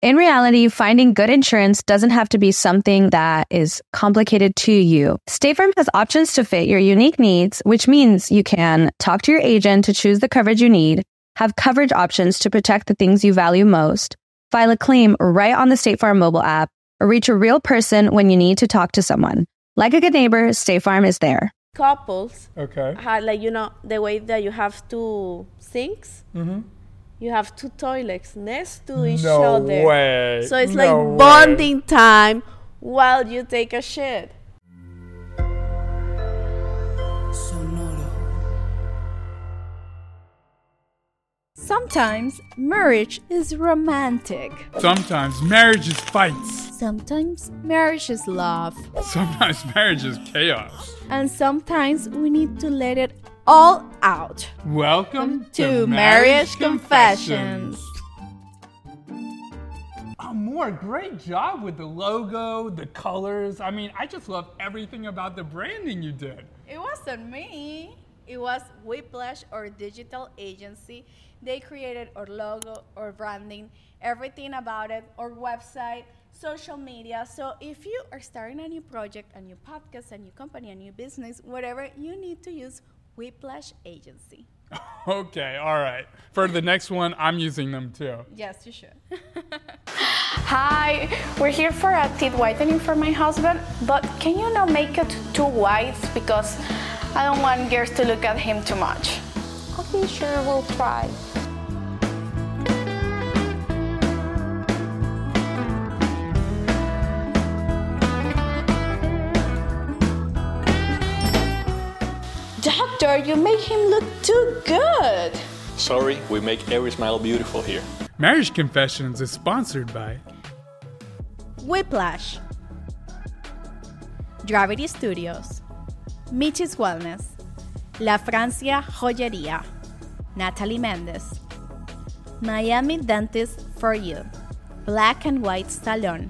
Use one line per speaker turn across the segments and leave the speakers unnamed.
In reality, finding good insurance doesn't have to be something that is complicated to you. State Farm has options to fit your unique needs, which means you can talk to your agent to choose the coverage you need, have coverage options to protect the things you value most, file a claim right on the State Farm mobile app, or reach a real person when you need to talk to someone. Like a good neighbor, State Farm is there.
Couples
Okay.
had like you know the way that you have two sinks,
Mhm.
you have two toilets next to each
No
other.
way.
So it's
No way.
like bonding time while you take a shit.
Sometimes marriage is romantic.
Sometimes marriage is fights.
Sometimes marriage is love.
Sometimes marriage is chaos.
And sometimes we need to let it all out.
Welcome
To Marriage Confessions.
Amor, Oh, great job with the logo, the colors. I mean, I just love everything about the branding you did.
It wasn't me. It was Whiplash, our digital agency. They created our logo, our branding, everything about it, our website, social media. So if you are starting a new project, a new podcast, a new company, a new business, whatever, you need to use Whiplash Agency.
Okay, all right. For the next one, I'm using them too.
Yes, you should.
Hi, we're here for a teeth whitening for my husband, but can you not make it too white because I don't want girls to look at him too much. Okay, sure, we'll try. Doctor, you make him look too good.
Sorry, we make every smile beautiful here.
Marriage Confessions is sponsored by
Whiplash, Gravity Studios, Michis Wellness, La Francia Joyería, Natalie Mendes, Miami Dentist for You, Black and White Salon,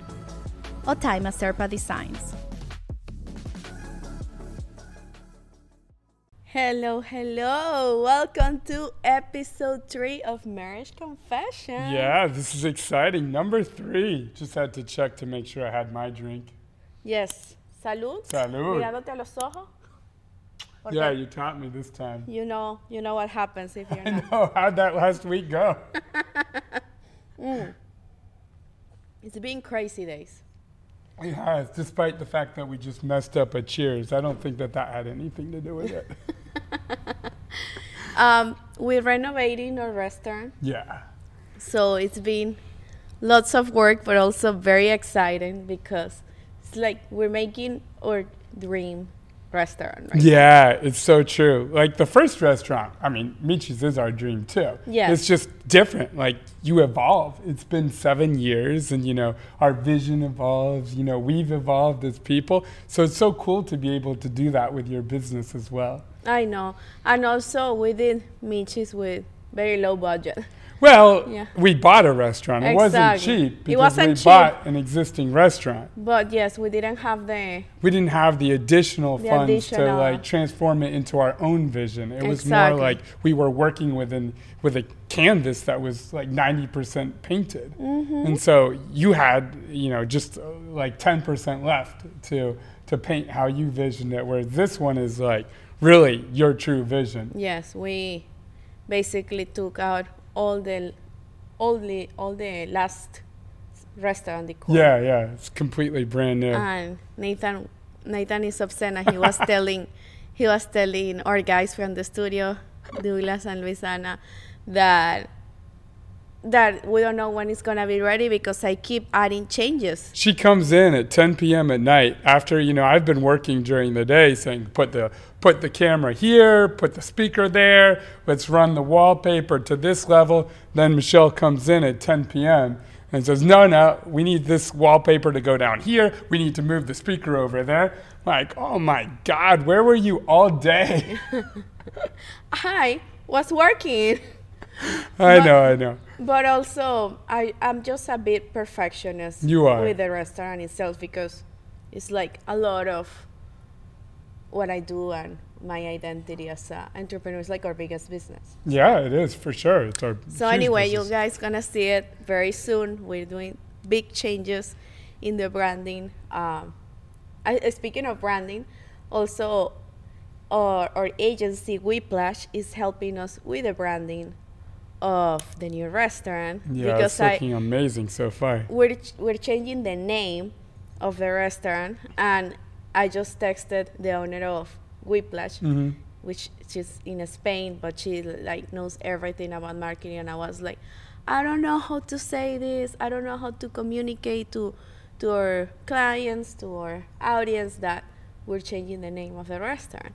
Otaima Serpa Designs.
Hello, hello. Welcome to episode three of Marriage Confession.
Yeah, this is exciting. Number three. Just had to check to make sure I had my drink.
Yes. Salud.
Salud.
Mirándote a los ojos. Porque
Yeah, you taught me this time.
you know, you know what happens if you're
I
not.
know. How'd that last week go?
It's been crazy days.
It has, despite the fact that we just messed up a cheers. I don't think that that had anything to do with it.
Um, we're renovating our restaurant,
yeah.
so it's been lots of work, but also very exciting because it's like we're making our dream restaurant, right?
Yeah, it's so true. Like the first restaurant, I mean, Michi's is our dream too.
Yeah.
It's just different. Like you evolve. It's been seven years and, you know, our vision evolves. You know, we've evolved as people. So it's so cool to be able to do that with your business as well.
I know, and also we did Michis with very low budget.
Well,
Yeah.
we bought a restaurant. It wasn't
Exactly.
cheap
It
because
wasn't
we
cheap.
bought an existing restaurant.
But yes, we didn't have the
we didn't have the additional
The
funds to
additional.
like transform it into our own vision. It was more
Exactly.
like we were working within with a canvas that was like 90% painted.
Mm-hmm.
And so you had, you know, just uh, like 10% left to to paint how you visioned it where this one is like really your true vision.
yes, we basically took out all the all the all the last restaurant decor.
Yeah, yeah, it's completely brand new.
and Nathan Nathan is upset and he was telling he was telling our guys from the studio, Douglas and Luisana, that that we don't know when it's gonna be ready because I keep adding changes.
She comes in at 10 p.m. at night after you know I've been working during the day, saying put the put the camera here, put the speaker there, let's run the wallpaper to this level. Then Michelle comes in at 10 p.m. and says, no, no, we need this wallpaper to go down here. We need to move the speaker over there. Like, oh my God, where were you all day?
I was working.
I know, I know.
But also, I, I'm just a bit perfectionist
You are.
with the restaurant itself because it's like a lot of what I do and my identity as an entrepreneur is like our biggest business.
Yeah, it is for sure. It's our
So
huge
anyway, you
business.
guys gonna see it very soon. We're doing big changes in the branding. Um, I, uh, speaking of branding, also our, our agency Whiplash is helping us with the branding of the new restaurant
yeah, it's looking amazing so far.
we're ch- we're changing the name of the restaurant, and I just texted the owner of Whiplash, which she's in Spain, but she like knows everything about marketing, and I was like, I don't know how to say this. I don't know how to communicate to to our clients, to our audience that we're changing the name of the restaurant.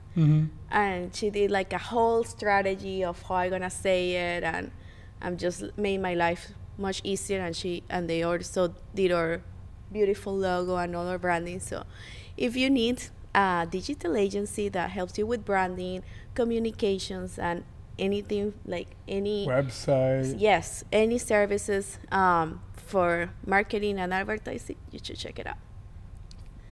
And she did like a whole strategy of how I'm gonna say it, and I'm just made my life much easier. And she and they also did our beautiful logo and all our branding. So, if you need a digital agency that helps you with branding, communications, and anything like any
Website.
yes any services um, for marketing and advertising, you should check it out.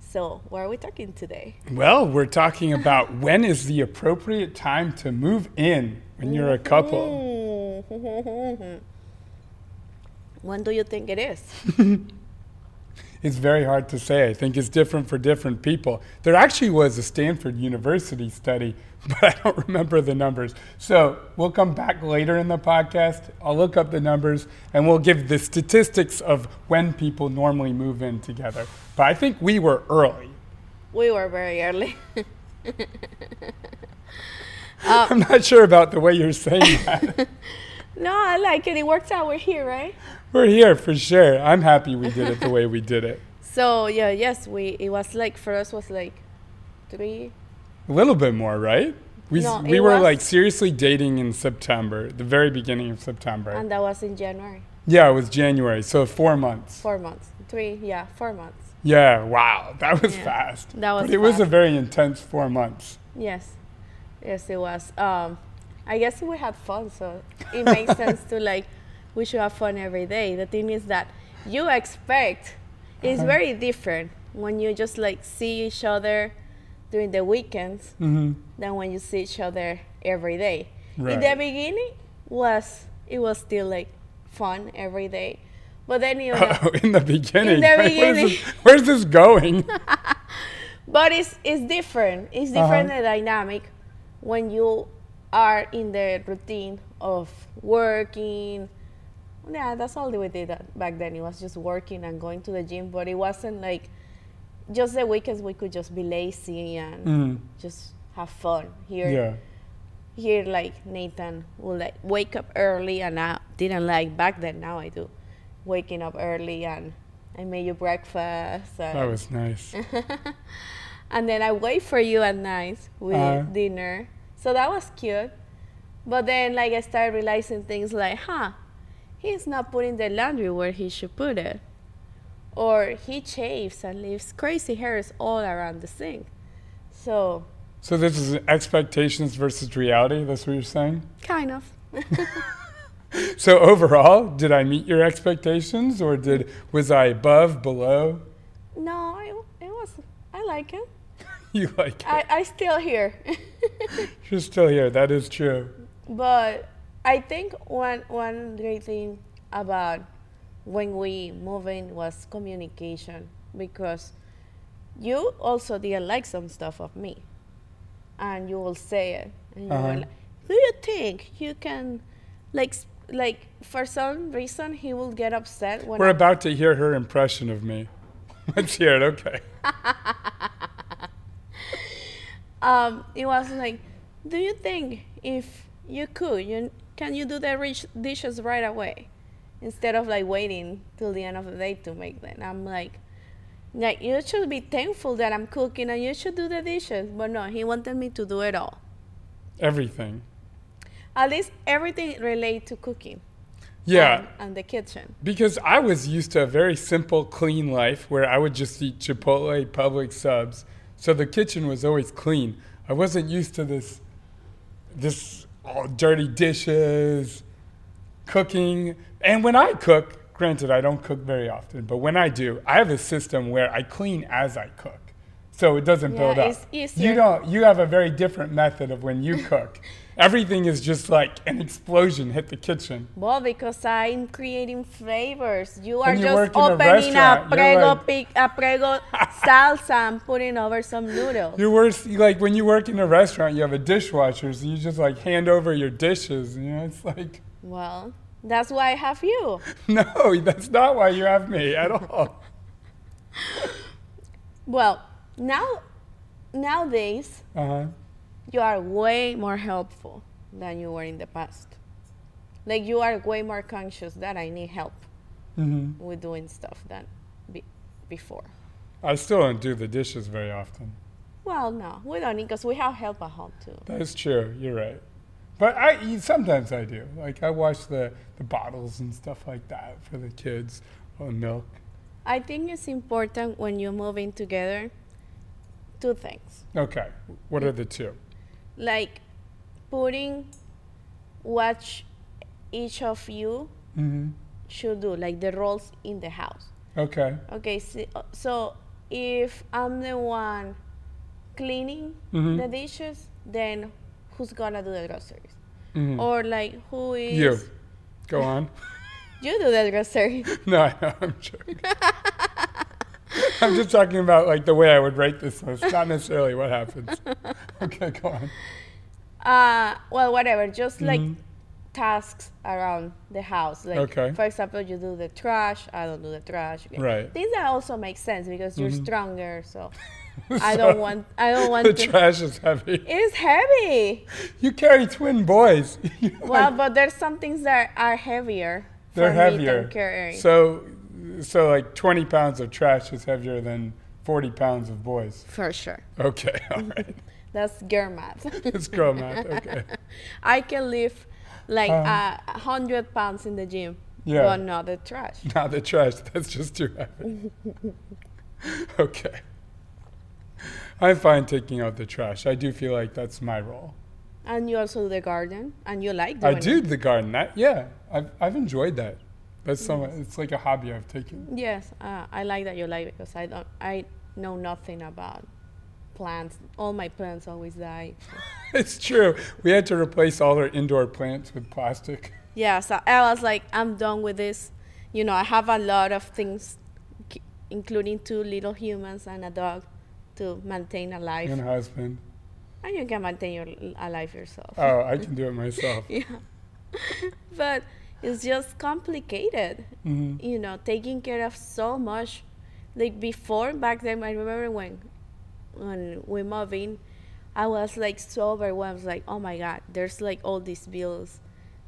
So, what are we talking today?
Well, we're talking about when is the appropriate time to move in when you're a couple.
When do you think it is?
It's very hard to say. I think it's different for different people. There actually was a Stanford University study, but I don't remember the numbers. So we'll come back later in the podcast. I'll look up the numbers and we'll give the statistics of when people normally move in together. But I think we were early.
We were very early.
I'm not sure about the way you're saying that.
No, I like it. It works out. We're here, right?
we're here for sure. I'm happy we did it the way we did it.
So yeah, yes, we. It was like for us was like three.
A little bit more, right? We,
No,
we
it
were
was-
like seriously dating in September, the very beginning of September.
And that was in January.
yeah, it was January, so four months.
Four months. Three. Yeah, four months.
Yeah, wow, that was fast.
that was
but it was a
fast.
very intense four months.
Yes, yes, it was. Um, I guess we had fun, so it makes sense to like we should have fun every day. The thing is that you expect is very different when you just like see each other during the weekends than when you see each other every day. In the
Right.
beginning, was it was still like fun every day, but then you.
Oh, in the beginning.
In the
Like, what is
beginning.
this- where's this going?
But it's it's different. It's different the dynamic when you are in the routine of working. Yeah, that's all we did that back then. It was just working and going to the gym, but it wasn't like just the weekends we could just be lazy and just have fun here.
yeah.
Here, like Nathan would like wake up early, and I didn't like back then. Now I do, waking up early and I made you breakfast. And
That was nice.
and then I wait for you at night with
Uh-huh.
dinner. So that was cute. But then like I started realizing things like, huh, he's not putting the laundry where he should put it. Or he chafes and leaves crazy hairs all around the sink. So,
So this is expectations versus reality. That's what you're saying.
kind of.
So overall, did I meet your expectations, or did was I above, below?
No, it, it was, I like it.
You like it.
I, I still here.
You're still here. That is true.
But I think one one great thing about when we move in was communication because you also didn't like some stuff of me, and you will say it, and you were
Uh-huh.
like, "Do you think you can, like, s- like for some reason he will get upset when
We're
I-
about to hear her impression of me. Let's hear it. Okay.
um, it was like, do you think if you could, you can you do the rich dishes right away, instead of like waiting till the end of the day to make them? I'm like, like you should be thankful that I'm cooking and you should do the dishes. But no, he wanted me to do it all.
Everything.
At least everything related to cooking
Yeah.
and, and the kitchen.
Because I was used to a very simple, clean life where I would just eat Chipotle public subs. So the kitchen was always clean. I wasn't used to this, this all dirty dishes, cooking. And when I cook, granted, I don't cook very often, but when I do, I have a system where I clean as I cook. So it doesn't build
Yeah,
up.
it's easier.
you don't. You have a very different method of when you cook. Everything is just like an explosion hit the kitchen.
Well, because I'm creating flavors. You are
you
just
work in a
opening a,
restaurant, you're
prego
like-
pic, a prego salsa and putting over some noodles.
You're worse, you- like when you work in a restaurant, you have a dishwasher, so you just like hand over your dishes. You know, it's like,
Well, that's why I have you.
no, that's not why you have me at all.
Well, now nowadays
Uh huh.
you are way more helpful than you were in the past. Like you are way more conscious that I need help with doing stuff than be- before.
I still don't do the dishes very often.
Well, no, we don't need because we have help at home too.
That's true. You're right. But I you- sometimes I do. Like I wash the the bottles and stuff like that for the kids on milk.
I think it's important when you move in together. Two things,
Okay. What are the two?
like putting what each of you
Mm-hmm.
should do, like the roles in the house.
Okay.
Okay, so, so if I'm the one cleaning
Mhm.
the dishes, then who's gonna do the groceries?
Mhm.
Or like who is
You. Go on.
You do the groceries.
No, I know, I'm joking. I'm just talking about like the way I would write this list, not necessarily what happens. Okay, go on.
uh, well, whatever. Just like tasks around the house. Like
Mm-hmm. Okay.
for example, you do the trash. I don't do the trash. Okay.
Right. Mm-hmm.
Things that also make sense because you're stronger. So I don't
So,
want. I don't want
the
to.
trash is heavy.
it's heavy.
You carry twin boys. You're
Well,
like-
but there's some things that are heavier.
they're
for Me
heavier.
than carrying.
So, so like 20 pounds of trash is heavier than 40 pounds of boys.
For sure.
Okay, all right.
That's girl math.
It's girl math. Okay.
I can lift like
Um,
a hundred pounds in the gym,
Yeah.
but not the trash.
Not the trash. That's just too heavy. okay. I'm fine taking out the trash. I do feel like that's my role.
And you also do the garden, and you like
I
doing
do
it.
the garden. That, yeah, I've, I've enjoyed that. That's some. It's like a hobby I've taken.
Yes, uh, I like that you like it because I don't. I know nothing about plants. All my plants always die.
It's true. We had to replace all our indoor plants with plastic.
yeah, so I was like, I'm done with this. You know, I have a lot of things, ki- including two little humans and a dog, to maintain a life.
And husband.
And you can maintain your a life yourself.
Oh, I can do it myself.
yeah but it's just complicated
Mm-hmm.
you know taking care of so much like before back then i remember when when we moved in i was like so overwhelmed like oh my god there's like all these bills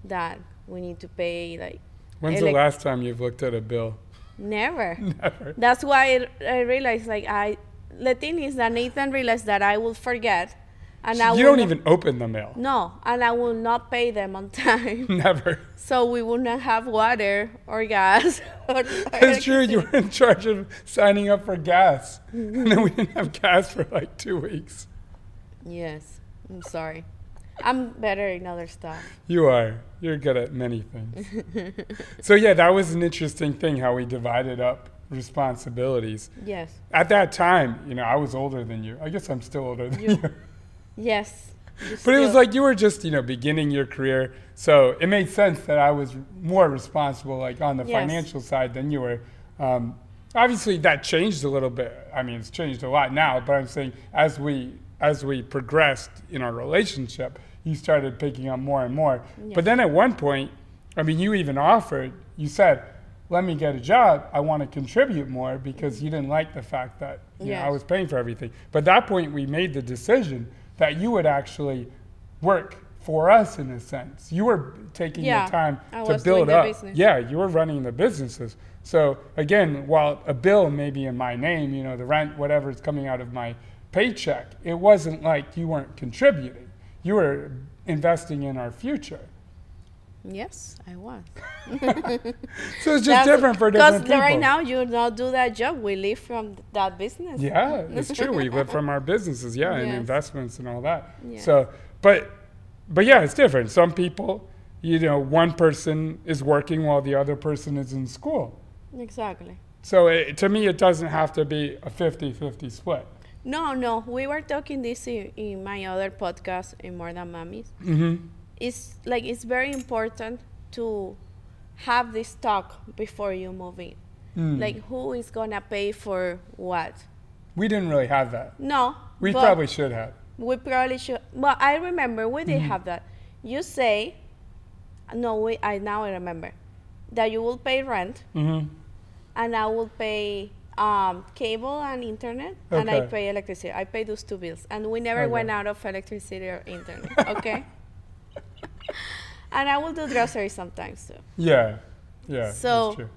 that we need to pay like
When's the
elec-
last time you've looked at a bill?
never
Never.
that's why I, I realized like I the thing is that Nathan realized that I will forget And I
you
will
don't
not-
even open the mail.
No, and I will not pay them on time.
Never.
so we will not have water or gas. or
It's true. You were in charge of signing up for gas,
Mm-hmm.
and then we didn't have gas for like two weeks.
Yes, I'm sorry. I'm better in other stuff.
You are. You're good at many things. so yeah, that was an interesting thing how we divided up responsibilities.
Yes,
At that time, you know, I was older than you. I guess I'm still older than you.
yes. you
But it was
still-
like you were just, you know, beginning your career. So it made sense that I was more responsible, like on the
Yes.
financial side, than you were. Um, obviously, that changed a little bit. I mean, it's changed a lot now. But I'm saying as we as we progressed in our relationship, you started picking up more and more. But then at one point, I mean, you even offered. You said, "Let me get a job. I want to contribute more," because you didn't like the fact that you know, I
Yes.
was paying for everything. But at that point, we made the decision that you would actually work for us in a sense. You were taking
Yeah,
the time
I
to
was doing
build
the
up.
business.
Yeah, you were running the businesses. So again, while a bill may be in my name, you know, the rent, whatever is coming out of my paycheck, it wasn't like you weren't contributing. You were investing in our future.
Yes, I was.
So it's just different for
Because
different people.
right now you don't do that job. We live from that business.
Yeah, it's true. We live from our businesses, yeah, and
Yes.
investments and all that.
Yeah.
So, but, but yeah, it's different. Some people, you know, one person is working while the other person is in school.
Exactly.
So it, to me, it doesn't have to be a 50-50 split.
No, no. We were talking this in, in my other podcast in More Than Mummies.
Mm-hmm.
It's like it's very important to have this talk before you move in.
Mm.
Like who is gonna pay for what?
We didn't really have that.
No.
We
but
probably should have.
we probably should. Well, I remember we did
Mm-hmm.
have that. You say, no, we, I now I remember that you will pay rent
Mm-hmm.
and I will pay um, cable and internet, and I
Okay.
pay electricity. I pay those two bills, and we never
Okay.
went out of electricity or internet. Okay. and I will do groceries sometimes too.
Yeah, yeah.
So-
that's true.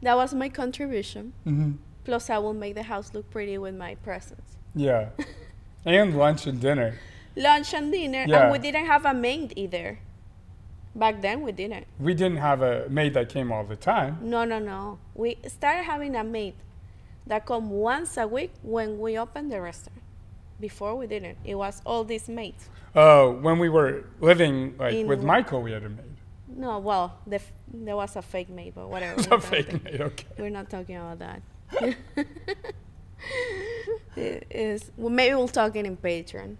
That was my contribution.
Mm-hmm.
Plus, I will make the house look pretty with my presence.
Yeah, and lunch and dinner.
Lunch and dinner, and
Yeah.
we didn't have a maid either. Back then, we didn't.
We didn't have a maid that came all the time.
No, no, no. We started having a maid that come once a week when we opened the restaurant. Before we didn't. It was all these maids.
Oh, when we were living like
In- Oh,
with Michael, we had a maid.
No, well, the f- there was a fake maid, but whatever.
It's
we're
a
not
fake
think-
maid. Okay.
We're not talking about that. it is, well, maybe we'll talk it in Patreon.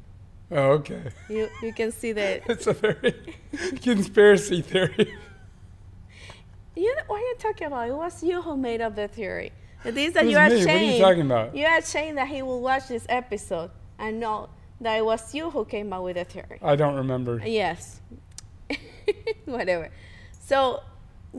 Oh, okay.
You you can see that.
It's a very conspiracy theory.
You know, what are you talking about? It was you who made up the theory. The things that
It
you
was
are
me.
saying.
What are you talking about?
You are saying that he will watch this episode and know that it was you who came up with the theory.
I don't remember.
Yes. Whatever. So,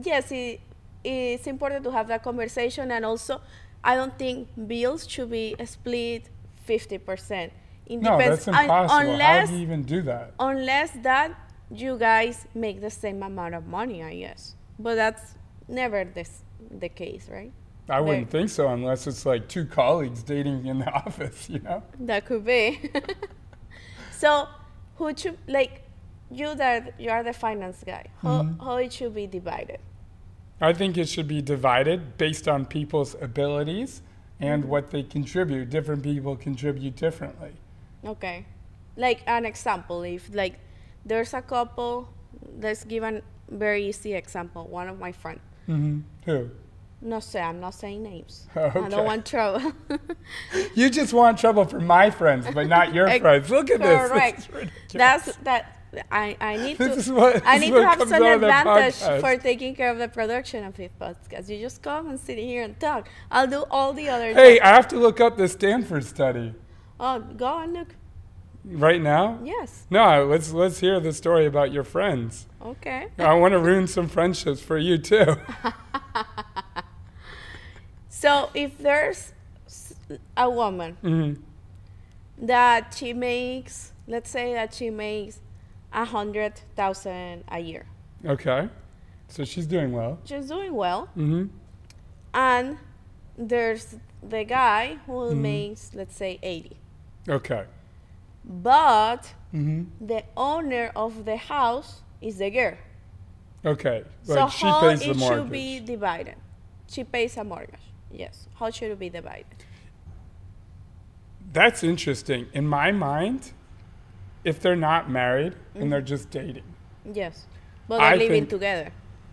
yes, it, it's important to have that conversation. And also, I don't think bills should be split 50%. It
No,
depends
that's
on-
impossible. How
unless,
do you even do that?
unless that you guys make the same amount of money, I guess. But that's never this, the case, right?
I wouldn't think so unless it's like two colleagues dating in the office, you know?
That could be. so, who should like you that you are the finance guy? How how it should be divided?
I think it should be divided based on people's abilities and what they contribute. Different people contribute differently.
Okay, like an example. If like there's a couple, let's give an very easy example. One of my friends.
Mm-hmm. Who?
No, sé, I'm not saying names. I
Okay.
don't want trouble.
You just want trouble for my friends, but not your
Ex-
friends. Look at this.
Correct.
This is ridiculous.
That's that. I, I need
This
to
is what-
I
this
need
is
to
what
have
comes
some
out of that
advantage
podcast.
for taking care of the production of this podcast. You just come and sit here and talk. I'll do all the other.
Hey, I have to look up the Stanford study
Oh, go and look.
right now.
Yes.
No, let's let's hear the story about your friends.
Okay.
I want to ruin some friendships for you too.
So if there's s- a woman
Mhm.
that she makes, let's say that she makes a hundred thousand a year,
Okay, so she's doing well.
she's doing well,
hmm
and
Mm-hmm.
there's the guy who makes, let's say, eighty.
Okay,
but
Mm-hmm.
the owner of the house is the girl.
Okay.
so
Like she
how
pays the
it should be
mortgage.
divided? She pays a mortgage. Yes. How should it be divided?
That's interesting. In my mind, if they're not married and they're just dating,
Yes. But they're
I
living
think-
together.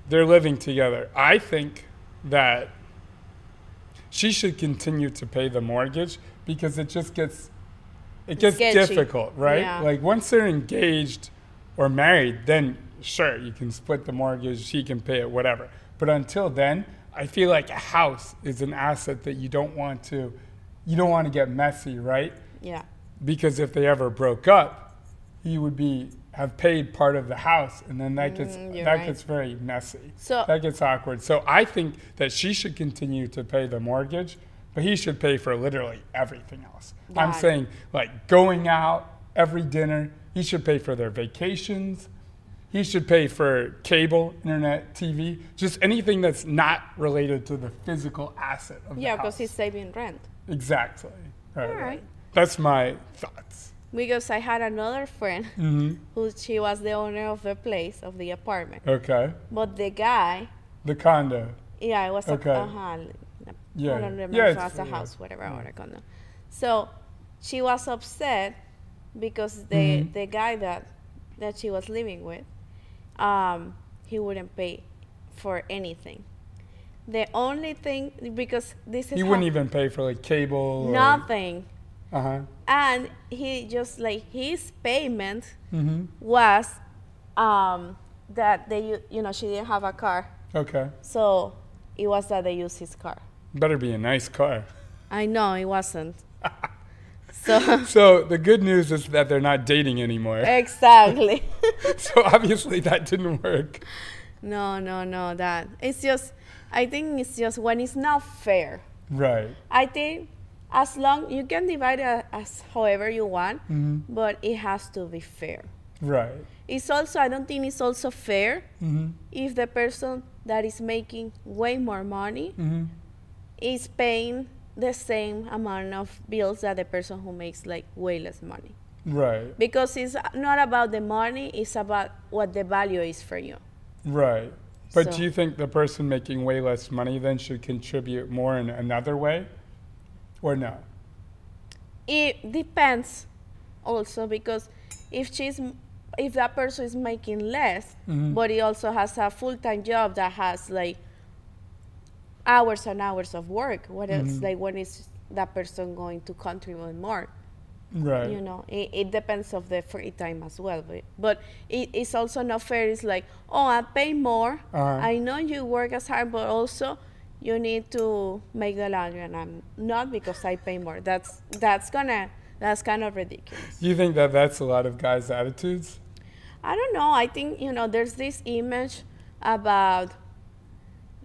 they're living together. I think that she should continue to pay the mortgage because it just gets it gets
Sketchy.
difficult, right?
Yeah.
Like once they're engaged or married, then sure, you can split the mortgage, she can pay it, whatever. But until then, I feel like a house is an asset that you don't want to you don't want to get messy, right?
Yeah.
because if they ever broke up, he would be have paid part of the house, and then that gets
Mm, you're
that
right.
gets very messy.
So-
that gets awkward. So I think that she should continue to pay the mortgage, but he should pay for literally everything else. I'm
Got it.
saying like going out every dinner. He should pay for their vacations. He should pay for cable, internet, TV, just anything that's not related to the physical asset of
Yeah,
the house.
because he's saving rent.
exactly right, right.
right.
That's my thoughts.
Because I had another friend
Mm-hmm.
who she was the owner of the place of the apartment.
Okay.
But the guy,
The condo.
yeah, it was
Okay.
a, uh-huh,
Yeah.
I don't remember
Yeah,
if it
it's-
was a
yeah.
house, whatever, or a condo. So she was upset because the
Mm-hmm.
the guy that that she was living with, um, he wouldn't pay for anything. The only thing because this is
He
how-
wouldn't even pay for like cable.
nothing.
Uh huh.
and he just like his payment
Mm-hmm.
was um that they u- you know she didn't have a car
Okay.
so it was that they used his car
Better be a nice car.
i know it wasn't so
So the good news is that they're not dating
Eh.
anymore.
exactly
so obviously that didn't work.
no no no that it's just i think it's just when it's not fair
Right.
I think as long you can divide it as however you want, but it has to be fair.
Right.
It's also I don't think it's also fair if the person that is making way more money is paying the same amount of bills that the person who makes like way less money.
Right.
Because it's not about the money, it's about what the value is for you.
Right. But
So-
do you think the person making way less money then should contribute more in another way? Or no?
it depends also because if she's if that person is making less but he also has a full-time job that has like hours and hours of work what else like when is that person going to contribute more
Right.
you know it, it depends of the free time as well but, but it, it's also not fair it's like oh i pay more
Uh-huh.
i know you work as hard but also you need to make the laundry and i'm not because i pay more that's that's gonna that's kind of ridiculous
Do you think that that's a lot of guys' attitudes?
i don't know i think you know there's this image about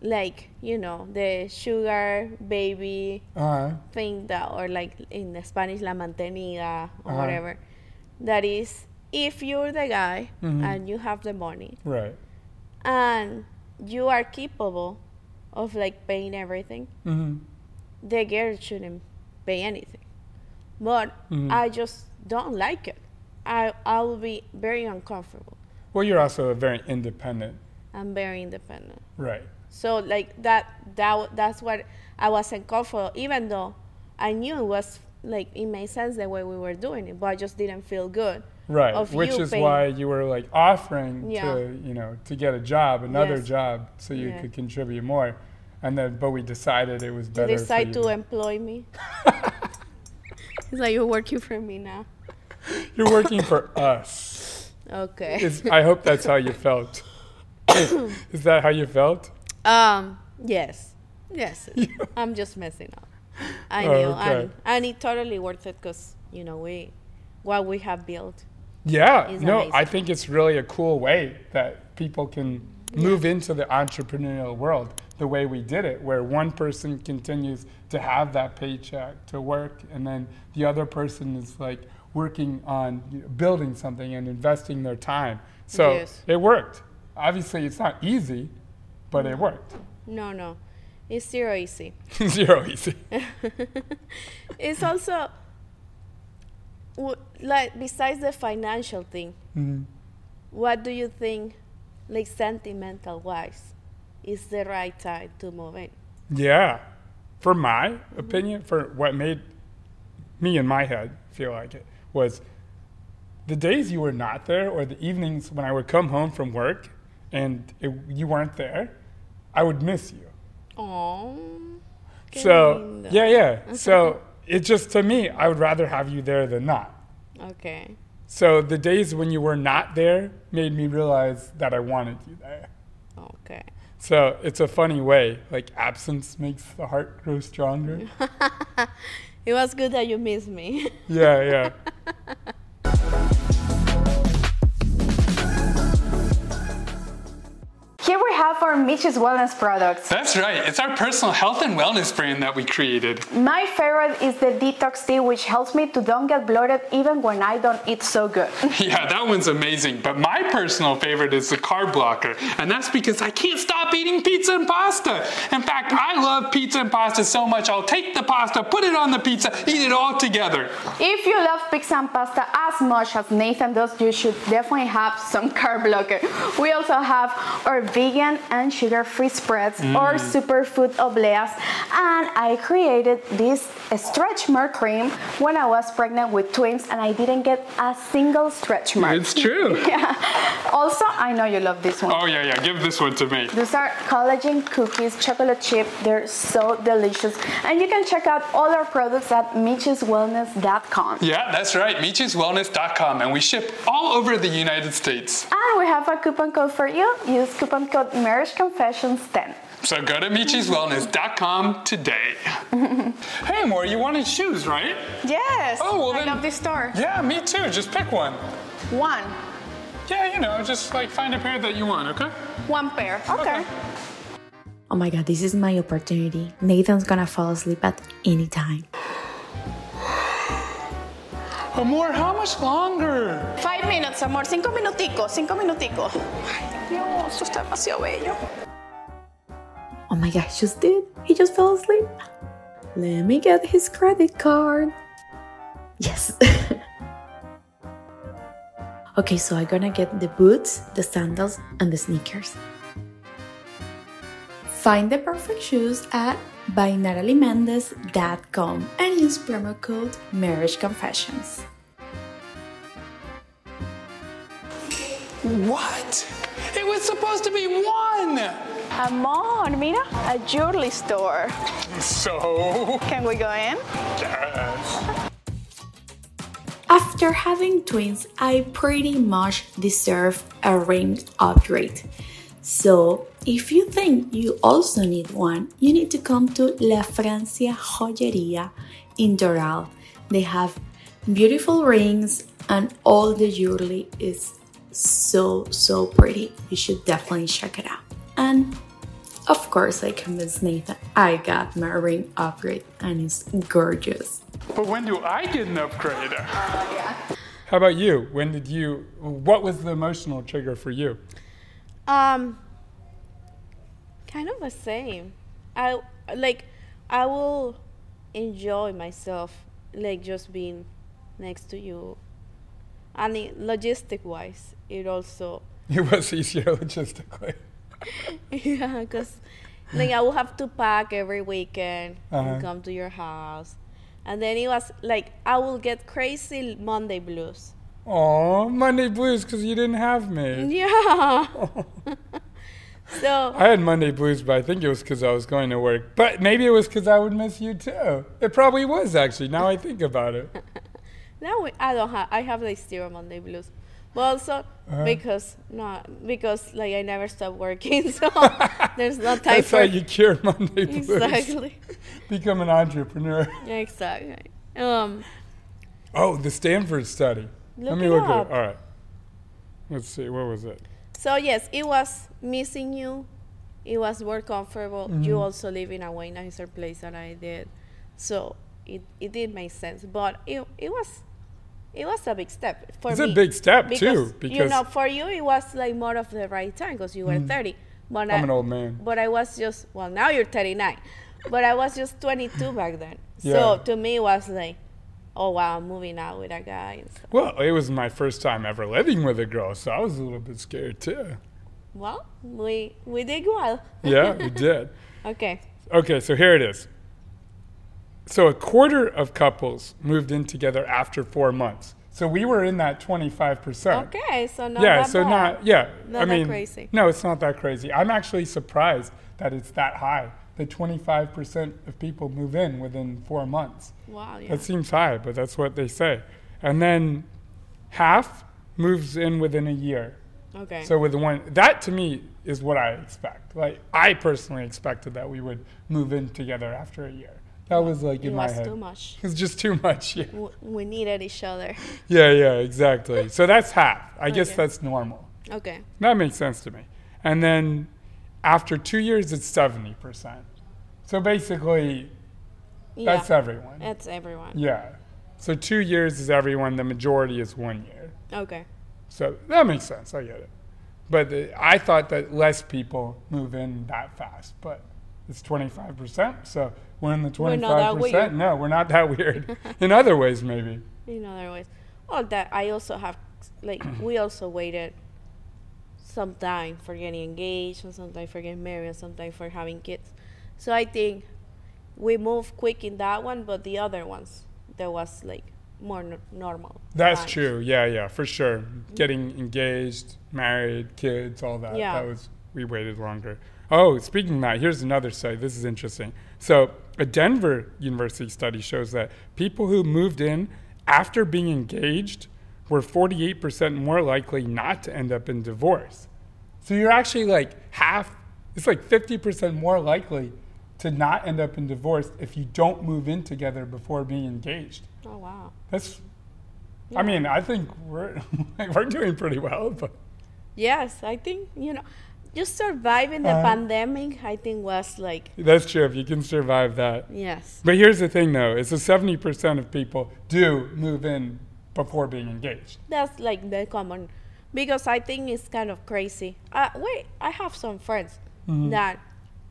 like you know the sugar baby
Uh huh.
thing that or like in Spanish la mantenida or
Uh-huh.
whatever that is if you're the guy and you have the money
Right.
and you are capable of like paying everything
Mm
the girl shouldn't pay anything but I just don't like it I I will be very uncomfortable
Well, you're also a very independent.
I'm very independent
Right.
So like that that that's what I wasn't comfortable, even though I knew it was like it made sense the way we were doing it, but I just didn't feel good.
Right,
of
which
you
is
paying-
why you were like offering
Yeah.
to you know to get a job, another
Yes.
job, so you
Yeah.
could contribute more, and then but we decided it was
You
better. for
decide
you.
to employ me. it's like you're working for me now.
You're working for us.
Okay.
Is, I hope that's how you felt. is that how you felt?
Um. Yes. Yes. I'm just messing up. I
Oh,
knew,
okay.
and and it totally worth it because you know we what we have built.
Yeah,
It's
no, I
amazing.
think it's really a cool way that people can move into the entrepreneurial world the way we did it, where one person continues to have that paycheck to work, and then the other person is like working on you know, building something and investing their time. So
Yes.
it worked. Obviously, it's not easy, but it worked.
No, no, it's zero easy.
Zero easy.
it's also w- like besides the financial thing, what do you think, like sentimental wise, is the right time to move in?
Yeah. For my opinion, for what made me in my head feel like it was the days you were not there or the evenings when I would come home from work and it, you weren't there, I would miss you.
Oh,
So, yeah, yeah. So, it just to me, I would rather have you there than not.
okay.
So, the days when you were not there made me realize that I wanted you there.
Okay.
So it's a funny way. Like absence makes the heart grow stronger.
It was good that you missed me.
yeah, yeah.
Here we have our Mitch's Wellness products.
That's right. It's our personal health and wellness brand that we created.
My favorite is the detox tea, which helps me to don't get bloated even when I don't eat so good.
Yeah, that one's amazing. But my personal favorite is the carb blocker. And that's because I can't stop eating pizza and pasta. In fact, I love pizza and pasta so much, I'll take the pasta, put it on the pizza, eat it all together.
If you love pizza and pasta as much as Nathan does, you should definitely have some carb blocker. We also have our vegan and sugar-free spreads,
Mm.
our superfood obleas, and I created this stretch mark cream when I was pregnant with twins, and I didn't get a single stretch mark.
It's true.
Also, I know you love this one.
Oh, yeah, yeah. Give this one to me.
These are collagen cookies, chocolate chip. They're so delicious. And you can check out all our products at mitcheswellness.com.
Yeah, that's right. MeechesWellness.com. And we ship all over the United States.
And Ah, we have a coupon code for you. Use coupon code Marriage Confessions 10.
So go to Michi'sWellness.com today. hey, Moore, you wanted shoes, right?
Yes.
Oh, well
I
then-
love this store.
Yeah, me too. Just pick one.
One.
Yeah, you know, just like find a pair that you want, okay?
One pair.
Okay.
Oh my god, this is my opportunity. Nathan's gonna fall asleep at any time.
Amor, Uh, how much longer?
Five minutes, amor. Cinco minutico. Cinco minutico. Ay, Dios, esto está demasiado bello.
Oh my gosh, just did. He just fell asleep. Let me get his credit card. Yes. okay, so I'm gonna get the boots, the sandals, and the sneakers. Find the perfect shoes at bynataliemendez.com and use promo code Marriage Confessions.
What? It was supposed to be one!
Amor, mira, a jewelry store.
So.
Can we go in?
After having twins, I pretty much deserve a ring upgrade. So, if you think you also need one, you need to come to La Francia Joyería in Doral. They have beautiful rings and all the jewelry is so so pretty. You should definitely check it out. And of course, I convinced Nathan I got my ring upgrade and it's gorgeous.
But when do I get an
Uh,
upgrade? How about you? When did you. What was the emotional trigger for you?
Um, kind of the same. I like I will enjoy myself like just being next to you. And it, logistic wise, it also
It was easier logistically.
yeah, because like I will have to pack every weekend
Uh-huh.
and come to your house, and then it was like I will get crazy Monday blues.
Aw, Monday blues because you didn't have me.
Yeah. so
I had Monday blues, but I think it was because I was going to work. But maybe it was because I would miss you too. It probably was actually. Now I think about it.
now we, I don't have I have like zero Monday blues, but also
Uh-huh.
because no because like I never stop working, so there's no time
That's how
for
you cure Monday blues.
exactly
Become an entrepreneur.
exactly. Um,
Oh, the Stanford study. Let
Look
me
it
look
up.
at it. All right. Let's see. What was it?
So yes, it was missing you. It was more comfortable. You
Mm-hmm.
also live in a way nicer place than I did, so it, it did make sense. But it, it was it was a big step for
It's
me.
a big step, too,
you
because- Mm-hmm.
know for you it was like more of the right time because you were thirty. But
I'm
I-
an old man.
But I was just well now you're thirty nine, but I was just twenty two back then.
Yeah.
So to me it was like oh wow, I'm moving out with a guy. And stuff.
Well, it was my first time ever living with a girl, so I was a little bit scared too.
Well, we we did well.
Yeah, we did.
Okay.
Okay, so here it is. So a quarter of couples moved in together after four months. So we were in that 25%.
Okay, so not
yeah,
that
so
bad.
not yeah.
Not
I
that
mean,
crazy.
no, it's not that crazy. I'm actually surprised that it's that high. That 25% of people move in within four months.
Wow, yeah.
That seems high, but that's what they say. And then half moves in within a year.
Okay.
So with one, that to me is what I expect. Like I personally expected that we would move in together after a year. That was like
it
in my
was
head.
too much.
It's just too much. Yeah.
W- We needed each other.
Yeah, yeah, exactly. So that's half. I guess
Okay.
that's normal.
Okay.
That makes sense to me. And then after two years, it's 70%. So basically,
Yeah.
that's everyone.
That's everyone.
Yeah. So two years is everyone, the majority is one year.
Okay.
So that makes sense. I get it. But the, I thought that less people move in that fast, but it's 25%. So we're in the 25%.
We're not that weird.
No, we're not that weird. in other ways, maybe.
In other ways, all that I also have, like we also waited some time for getting engaged, and some time for getting married, and some time for having kids. So I think we moved quick in that one, but the other ones there was like more n- normal.
That's
times.
true. Yeah, yeah, for sure. Getting engaged, married, kids, all that.
Yeah.
That was we waited longer. Oh, speaking of that, here's another study. This is interesting. So, a Denver University study shows that people who moved in after being engaged were 48% more likely not to end up in divorce. So, you're actually like half, it's like 50% more likely to not end up in divorce if you don't move in together before being engaged.
Oh wow.
That's. I mean, I think we're we're doing pretty well, but
Yes, I think you know, just surviving the
Uh-huh.
pandemic. I think was like
that's true if you can survive that.
yes.
But here's the thing, though: is that seventy percent of people do move in before being engaged.
That's like the common, because I think it's kind of crazy. Uh, wait, I have some friends
Mm-hmm.
that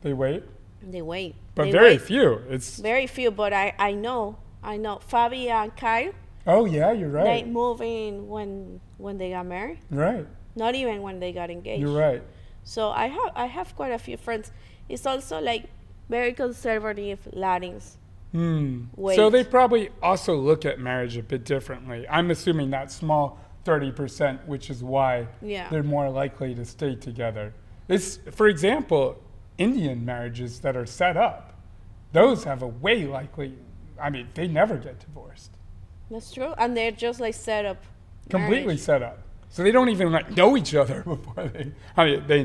They wait,
they wait,
but
they
very
wait.
few. It's
very few. But I, I know, I know. Fabi and Kyle,
oh yeah, you're
they
right.
move in when when they got married,
right,
not even when they got engaged.
you're right.
So I have I have quite a few friends. It's also like very conservative Latins.
Hmm.
Wait.
So they probably also look at marriage a bit differently. I'm assuming that small 30%, which is why
Yeah.
they're more likely to stay together. It's, for example, Indian marriages that are set up, those have a way likely, I mean, they never get divorced.
That's true, and they're just like set up.
Completely
marriage.
set up. So they don't even like know each other before they, I mean, they,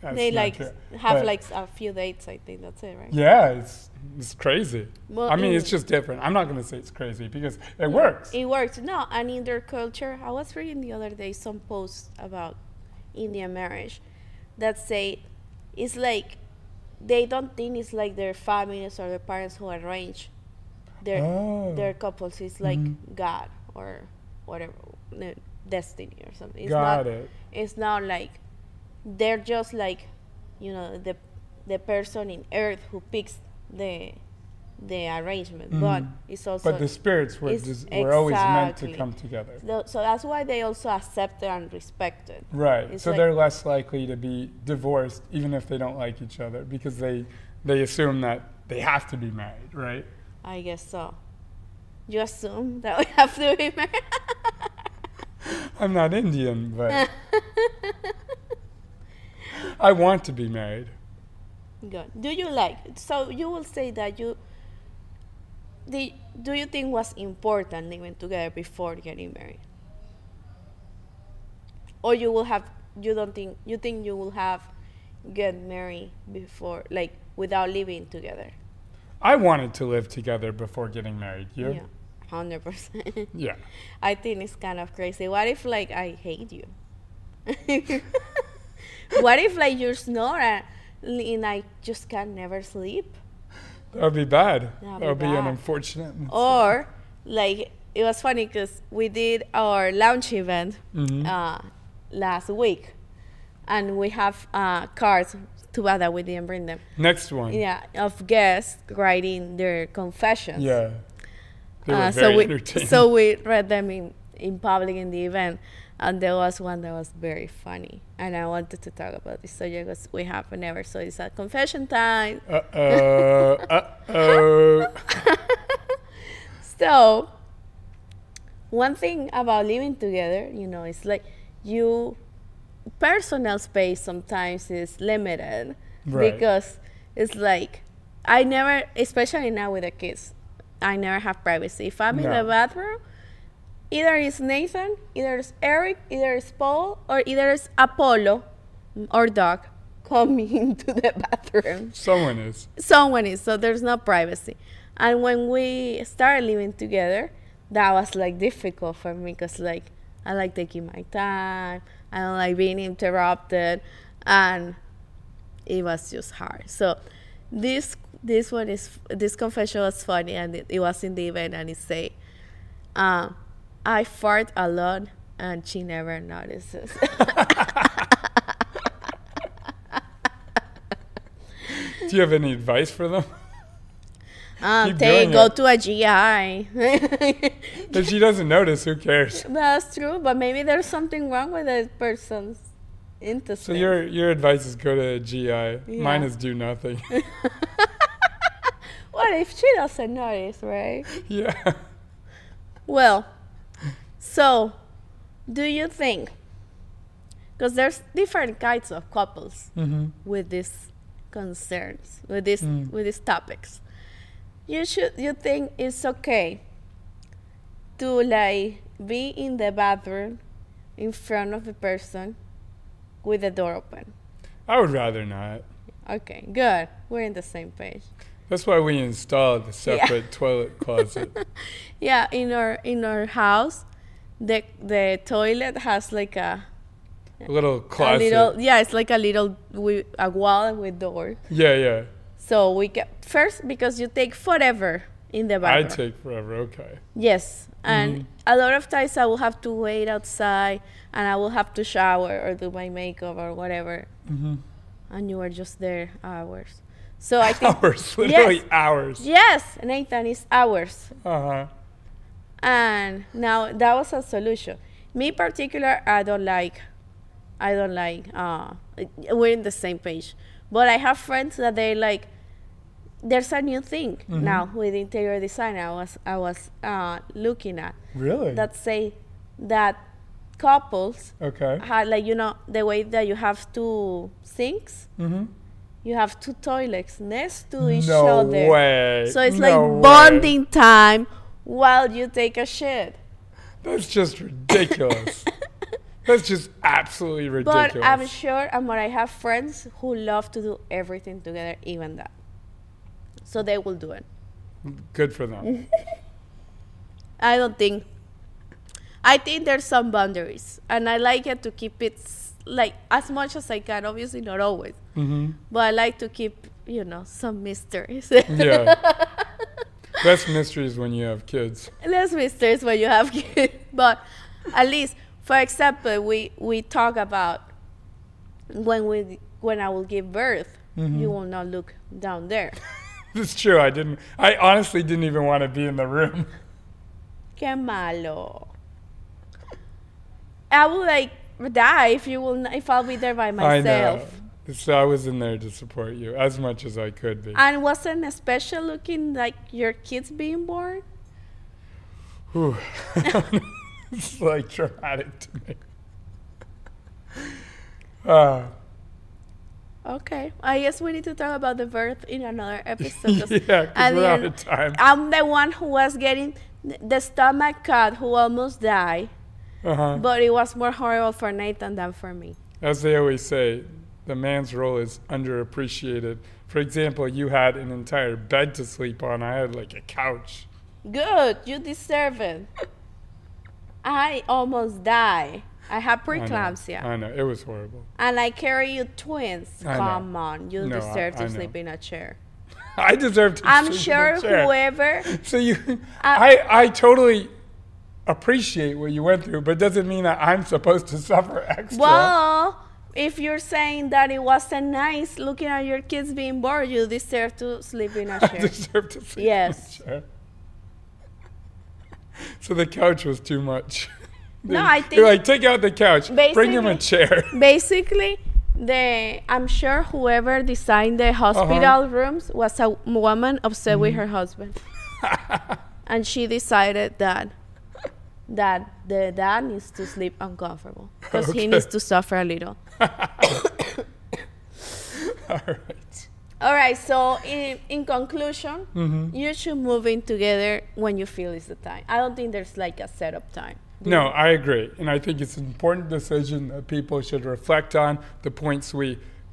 that's
They
not
like
true,
have
but-
like a few dates. I think that's it, right?
yeah, it's, it's crazy.
Well,
I mean,
in-
it's just different. I'm not going to say it's crazy because it works.
It works. No, and in their culture, I was reading the other day some posts about Indian marriage that say it's like they don't think it's like their families or their parents who arrange their
Oh.
their couples. It's like God or whatever the destiny or something. It's not,
Got it.
It's not like they're just like you know the the person in earth who picks the the arrangement, but it's also
Mm. But the spirits were,
It's-
just, were always meant to
exactly.
come together.
Tho- So that's why they also accept it and respect it.
Right.
It's
So
like-
they're less likely to be divorced even if they don't like each other because they they assume that they have to be married, right?
I guess so. You assume that we have to be married.
I'm not Indian, but I want to be married.
Good. Do you like? So you will say that you. Do, do you think was important living together before getting married? Or you will have you don't think you think you will have get married before like without living together?
I wanted to live together before getting married. You?
Yeah, hundred percent.
Yeah.
I think it's kind of crazy. What if like I hate you? what if like you snore and, and I just can never sleep?
That would be bad.
That'd
That
be
would be an
bad. Oh.
unfortunate.
Or like it was funny because we did our launch event uh, last week, and we have uh, cards. Too bad that we didn't bring them.
Next one.
Yeah, of guests writing their confessions.
Yeah. They were
Uh,
very
so we
entertaining.
so we read them in, in public in the event, and there was one that was very funny, and I wanted to talk about this subject because we have never so it's a confession time.
Uh-oh. uh, Uh-oh.
So, one thing about living together, you know, it's like you personal space sometimes is limited
Right.
because it's like I never, especially now with the kids, I never have privacy. If I'm in
No.
the bathroom, either it's Nathan, either it's Eric, either it's Paul, or either it's Apollo or Doug coming into the bathroom
Someone is.
someone is so there's no privacy and when we started living together that was like difficult for me because like i like taking my time i don't like being interrupted and it was just hard so this this one is this confession was funny and it, it was in the event and it say uh, i fart a lot and she never notices
Do you have any advice for them?
um,
Keep
take
doing
go
it.
to a gi
if she doesn't notice, who cares?
That's true, but maybe there's something wrong with that person's intestines.
So your your advice is go to GI. Mine is do nothing.
what if she doesn't notice, right?
yeah.
Well, so do you think? Because there's different kinds of couples with these concerns, with these with these topics. You should you think it's okay to like be in the bathroom in front of the person with the door open.
I would rather not.
Okay, good. We're in the same page.
That's why we installed the separate toilet closet.
Yeah, in our in our house, the the toilet has like a,
A little
a
closet.
little yeah, it's like a little wi- a wall with door.
yeah, yeah.
So we can first because you take forever in the
I Mm-hmm.
bathroom.
take forever. Okay.
Yes, and a lot of times I will have to wait outside, and I will have to shower or do my makeup or whatever.
Mm-hmm.
And you are just there hours. So I think
Hours, literally hours.
yes, Nathan, it's hours.
Uh-huh.
and now that was a solution me in particular i don't like i don't like uh we're in the same page but i have friends that they like there's a new thing
Mm-hmm.
now with interior design i was i was uh looking at
Really?
that say that couples
okay.
had like you know the way that you have two sinks you have two toilets next to each
Mm-hmm. No
other
way.
so it's
No
like
way.
bonding time while you take a shit
That's just ridiculous. That's just absolutely ridiculous.
But I'm sure I'm gonna have friends who love to do everything together, even that. So they will do it.
Good for them.
I don't think. I think there's some boundaries, and I like it to keep it s- like as much as I can. Obviously, not always, but I like to keep you know some mysteries.
yeah. That's mysteries when you have kids.
less mysteries when you have kids. But at least, for example, we we talk about when we when I will give birth, you will not look down there.
It's true. I didn't. I honestly didn't even want to be in the room.
Qué malo. I will like die if you will n- if I'll be there by myself.
I know. So I was in there to support you as much as I could be.
And wasn't special looking like your kids being born?
Whew. it's like traumatic to me. Uh,
Okay, I guess we need to talk about the birth in another episode. 'cause
yeah, 'cause
at the
we're out
end-
of time.
I'm the one who was getting th- the stomach cut, who almost died,
Uh-huh.
but it was more horrible for Nathan than for me.
As they always say, the man's role is underappreciated. For example, you had an entire bed to sleep on. I had like a couch.
Good, you deserve it. I almost died. I had
I know.
preeclampsia.
I know. It was horrible.
And I carry you twins.
I know.
Come on, you
No, I-
deserve
I
to
know.
sleep in a chair.
I deserve to
I'm
sleep in
sure
a chair.
whoever.
So you,
Uh,
I, I totally appreciate what you went through, but doesn't mean that I'm supposed to suffer extra.
Well, if you're saying that it wasn't nice looking at your kids being born, you deserve to sleep in a
I
chair.
deserve to sleep. in a
Yes.
chair. so the couch was too much. They-
No, I
they're
think-
like take out the couch, bring him a
Basically-
chair.
Basically, the I'm sure whoever designed the
Uh-huh.
hospital rooms was a woman upset
Mm.
with her husband, and she decided that that the dad needs to sleep uncomfortable because he
Okay.
needs to suffer a little.
All right.
All right. So in in conclusion,
Mm-hmm.
you should move in together when you feel is the time. I don't think there's like a setup time.
No, I agree. And I think it's an important decision that people should reflect on the points we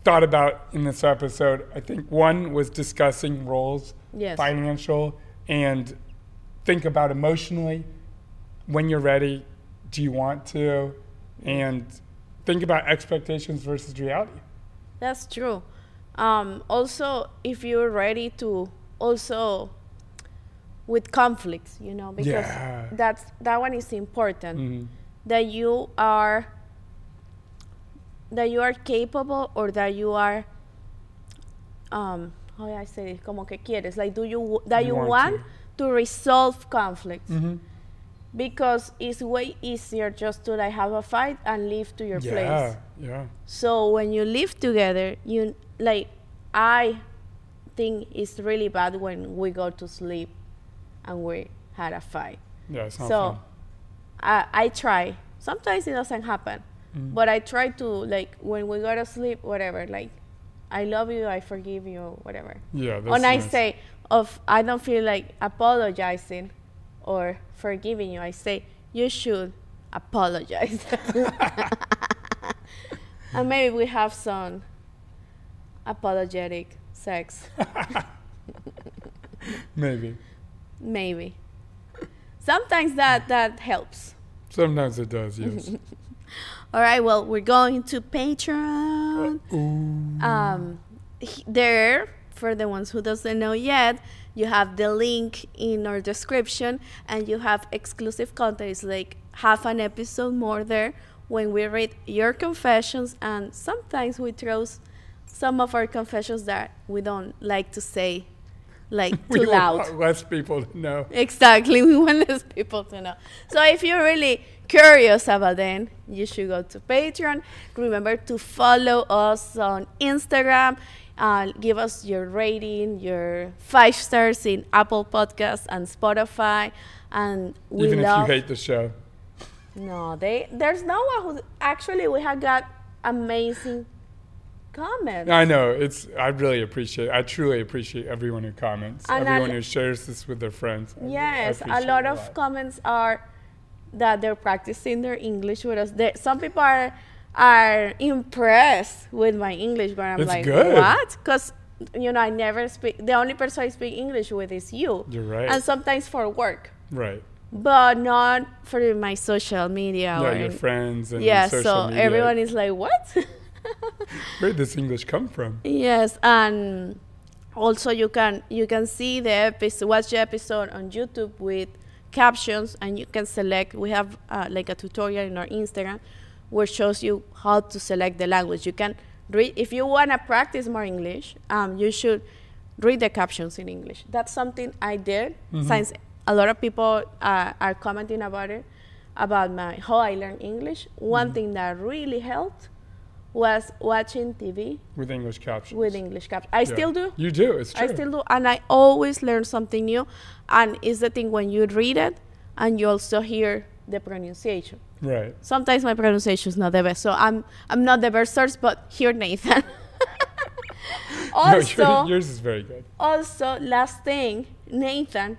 thought about in this episode. I think one was discussing roles,
Yes.
financial, and think about emotionally when you're ready, do you want to? And think about expectations versus reality.
That's true. Um, also, if you're ready to also with conflicts, you know, because
Yeah. Mm-hmm.
that's that one is important that you are that you are capable or that you are um how do I say it? como que quieres like do you w- that you,
You want Mm-hmm.
want, to. resolve conflicts because it's way easier just to like have a fight and leave to your place
Yeah, yeah.
so when you live together, you like I think it's really bad when we go to sleep and we had a fight.
Yeah, it's not
so
fun.
I, I try. Sometimes it doesn't happen, but I try to like when we go to sleep, whatever. Like I love you, I forgive you, whatever.
Yeah, that's
When I
nice.
say of I don't feel like apologizing or forgiving you, I say you should apologize. and maybe we have some apologetic sex.
Maybe.
Maybe. Sometimes that that helps.
Sometimes it does, yes.
All right. Well, we're going to Patreon.
Uh,
Um, he- there for the ones who doesn't know yet, you have the link in our description, and you have exclusive content. It's like half an episode more there when we read your confessions, and sometimes we throw s- some of our confessions that we don't like to say, like
We
too loud.
want less people to know.
Exactly, we want less people to know. So if you're really curious about them, you should go to Patreon. Remember to follow us on Instagram. Uh, give us your rating, your five stars in Apple Podcasts and Spotify. And we
Even
love.
if you hate the show.
no, they there's no one who actually we have got amazing comments.
I know it's. I really appreciate. I truly appreciate everyone who comments,
And I
everyone
l-
who shares this with their friends. I- I
Yes, a
appreciate
lot
it
of comments are that they're practicing their English with us. They, some people are are impressed with my English, but I'm
It's
like,
good.
what? Because you know, I never speak. The only person I speak English with is you.
You're right.
And sometimes for work,
right.
but not for my social media.
Yeah,
or
your
any-
friends and
Yeah,
social
so
media.
everyone is like, what?
Where did this English come from?
Yes, and also you can you can see the episode, watch the episode on YouTube with captions, and you can select. We have uh, like a tutorial in our Instagram where shows you how to select the language. You can read if you wanna practice more English. Um, you should read the captions in English. That's something I did since a lot of people uh, are commenting about it about my how I learned English. One thing that really helped was watching TV
With English captions.
with English captions. I
Yeah.
still do.
You do. It's true.
I still do, and I always learn something new. And it's the thing when you read it, and you also hear the pronunciation.
Right.
Sometimes my pronunciation is not the best, so I'm I'm not the best source, but here Nathan.
No, your-
also,
yours is very good.
also last thing, Nathan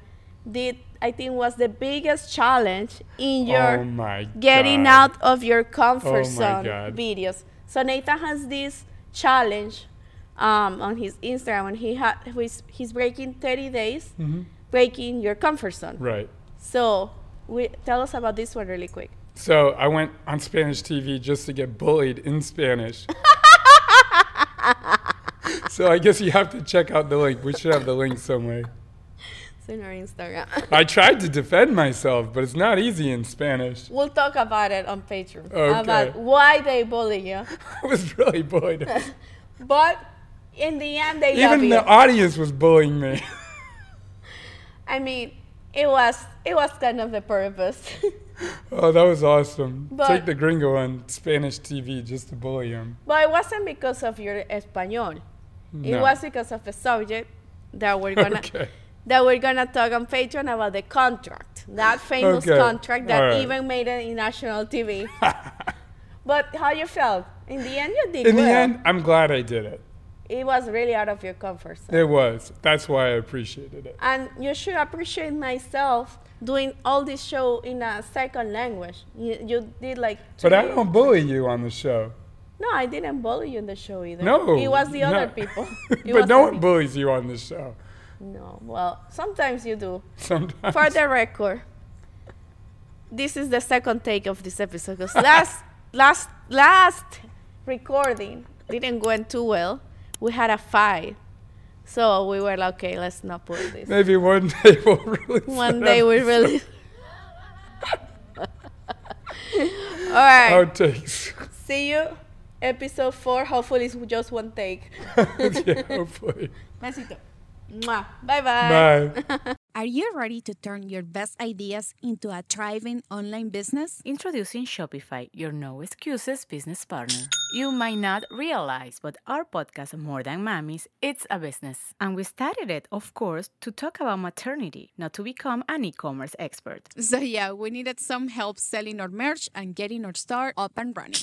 did I think was the biggest challenge in your
oh my.
getting
God.
out of your comfort
Oh my
zone
God.
videos. So Nathan has this challenge um, on his Instagram, and he ha- he's, he's breaking 30 days, breaking your comfort zone.
Mm-hmm. Right.
So we tell us about this one really quick.
So I went on Spanish TV just to get bullied in Spanish. so I guess you have to check out the link. We should have the link somewhere.
It's in our Instagram.
I tried to defend myself, but it's not easy in Spanish.
we'll talk about it on Patreon
Okay.
about why they bully you,
I was really bullied.
but in the end they love
Even
you.
the audience was bullying me.
I mean, It was it was kind of the purpose.
Oh, that was awesome.
But-
Take the gringo on Spanish TV just to bully him.
but it wasn't because of your español. It
No.
was because of the subject that we're gonna
Okay.
that we're gonna talk on Patreon about the contract. That famous
Okay.
contract that
All right.
even made it in national TV. but how you felt? In the end you did
In
well.
the end, I'm glad I did it.
it was really out of your comfort zone.
It was. That's why I appreciated it.
and you should appreciate myself doing all this show in a second language. You, you did like.
But I
three-
don't bully you on the show.
No, I didn't bully you in the show either.
No.
it was the
no.
other people. It was
but no
the
one
people.
bullies you on the show.
No, well, sometimes you do.
Sometimes.
For the record, this is the second take of this episode because last, last, last recording didn't go in too well. We had a fight, so we were like, okay, let's not put this.
Maybe one day we'll really.
One day we really. All right.
Outtakes.
See you. Episode four. Hopefully, it's just one take.
yeah, hopefully.
Besito. Mwah. Bye bye.
Bye.
Are you ready to turn your best ideas into a thriving online business?
Introducing Shopify, your no excuses business partner. You might not realize, but our podcast, More Than Mammies, it's a business. And we started it, of course, to talk about maternity, not to become an e commerce expert.
So, yeah, we needed some help selling our merch and getting our store up and running.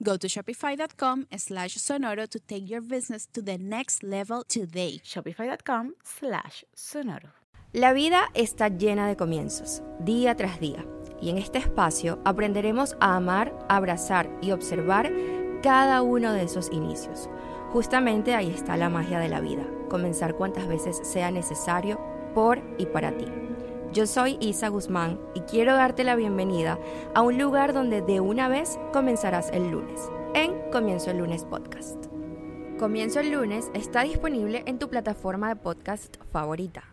Go to shopify.com slash sonoro to take your business to the next level today.
Shopify.com slash sonoro.
La vida está llena de comienzos, día tras día, y en este espacio aprenderemos a amar, abrazar y observar cada uno de esos inicios. Justamente ahí está la magia de la vida, comenzar cuantas veces sea necesario por y para ti. Yo soy Isa Guzmán y quiero darte la bienvenida a un lugar donde de una vez comenzarás el lunes, en Comienzo el lunes podcast. Comienzo el lunes está disponible en tu plataforma de podcast favorita.